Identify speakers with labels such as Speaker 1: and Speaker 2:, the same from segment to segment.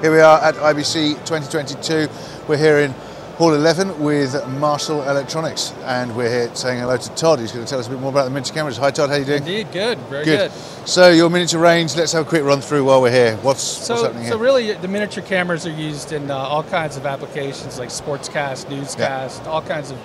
Speaker 1: Here we are at IBC 2022. We're here in Hall 11 with Marshall Electronics, and we're here saying hello to Todd, who's going to tell us a bit more about the miniature cameras. Hi, Todd. How you doing?
Speaker 2: Indeed, good, very good.
Speaker 1: So your miniature range. Let's have a quick run through while we're here. What's,
Speaker 2: So,
Speaker 1: what's happening
Speaker 2: so
Speaker 1: here?
Speaker 2: really, the miniature cameras are used in uh, all kinds of applications, like sportscast, newscast, all kinds of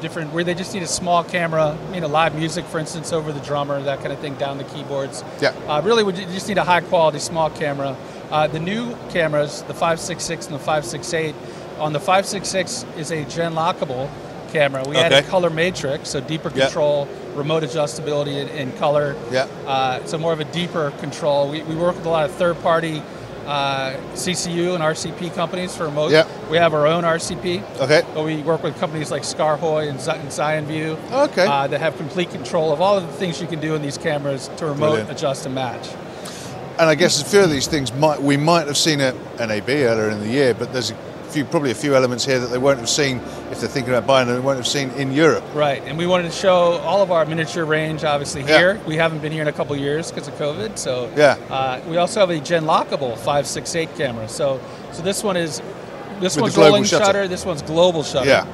Speaker 2: different. Where they just need a small camera, you know, live music, for instance, over the drummer, that kind of thing, down the keyboards.
Speaker 1: Yeah.
Speaker 2: Uh, really, we ju- just need a high quality small camera. Uh, the new cameras, the 566 and the 568. On the 566 is a gen lockable camera. We added
Speaker 1: Okay.
Speaker 2: color matrix, so deeper
Speaker 1: Yeah.
Speaker 2: control, remote adjustability in, in color.
Speaker 1: Yeah.
Speaker 2: Uh, so more of a deeper control. We, we work with a lot of third-party uh, CCU and RCP companies for remote.
Speaker 1: Yeah.
Speaker 2: We have our own RCP,
Speaker 1: Okay.
Speaker 2: but we work with companies like Scarhoy and, Z- and Zionview
Speaker 1: Okay.
Speaker 2: uh, that have complete control of all of the things you can do in these cameras to remote
Speaker 1: Brilliant.
Speaker 2: adjust and match.
Speaker 1: And I guess a few of these things might we might have seen at NAB earlier in the year, but there's a few probably a few elements here that they won't have seen if they're thinking about buying them. They won't have seen in Europe.
Speaker 2: Right, and we wanted to show all of our miniature range, obviously
Speaker 1: Yeah.
Speaker 2: here. We haven't been here in a couple years because of COVID. So
Speaker 1: Yeah.
Speaker 2: uh, we also have a Gen Lockable five six eight camera. So so this one is
Speaker 1: With
Speaker 2: this
Speaker 1: the
Speaker 2: one's
Speaker 1: global
Speaker 2: rolling
Speaker 1: shutter.
Speaker 2: shutter. This one's global shutter.
Speaker 1: Yeah.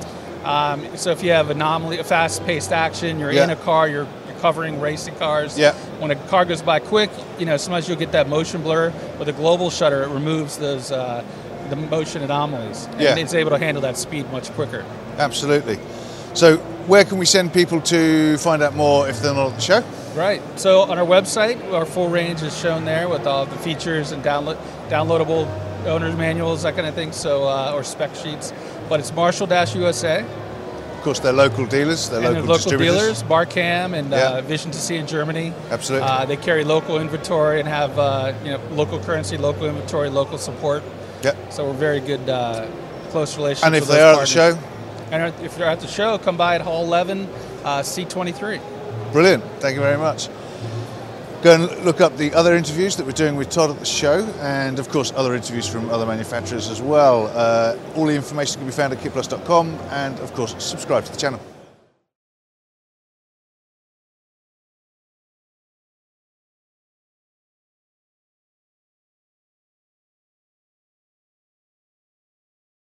Speaker 2: Um, so if you have anomaly, fast paced action, you're
Speaker 1: Yeah.
Speaker 2: in a car, you're, you're covering racing cars.
Speaker 1: Yeah.
Speaker 2: When a car goes by quick, you know sometimes you'll get that motion blur. With a global shutter, it removes those. Uh, the motion anomalies, and
Speaker 1: Yeah.
Speaker 2: it's able to handle that speed much quicker.
Speaker 1: Absolutely. So where can we send people to find out more if they're not at the show?
Speaker 2: Right. So on our website, our full range is shown there with all the features and download, downloadable owner's manuals, that kind of thing. So uh, or spec sheets. But it's Marshall-USA
Speaker 1: Of course, they're local dealers, they're
Speaker 2: and
Speaker 1: local,
Speaker 2: their local
Speaker 1: distributors.
Speaker 2: dealers, Barcam and
Speaker 1: Yeah.
Speaker 2: uh, Vision to See in Germany.
Speaker 1: Absolutely.
Speaker 2: Uh, they carry local inventory and have uh, you know local currency, local inventory, local support.
Speaker 1: Yeah.
Speaker 2: So we're very good, uh, close relationship.
Speaker 1: And if
Speaker 2: with
Speaker 1: they
Speaker 2: those
Speaker 1: are at the
Speaker 2: partners.
Speaker 1: show?
Speaker 2: and if they're at the show, come by at Hall 11, uh, C23.
Speaker 1: Brilliant. Thank you very much. Go and look up the other interviews that we're doing with Todd at the show, and of course, other interviews from other manufacturers as well. Uh, all the information can be found at kitplus.com, and of course, subscribe to the channel.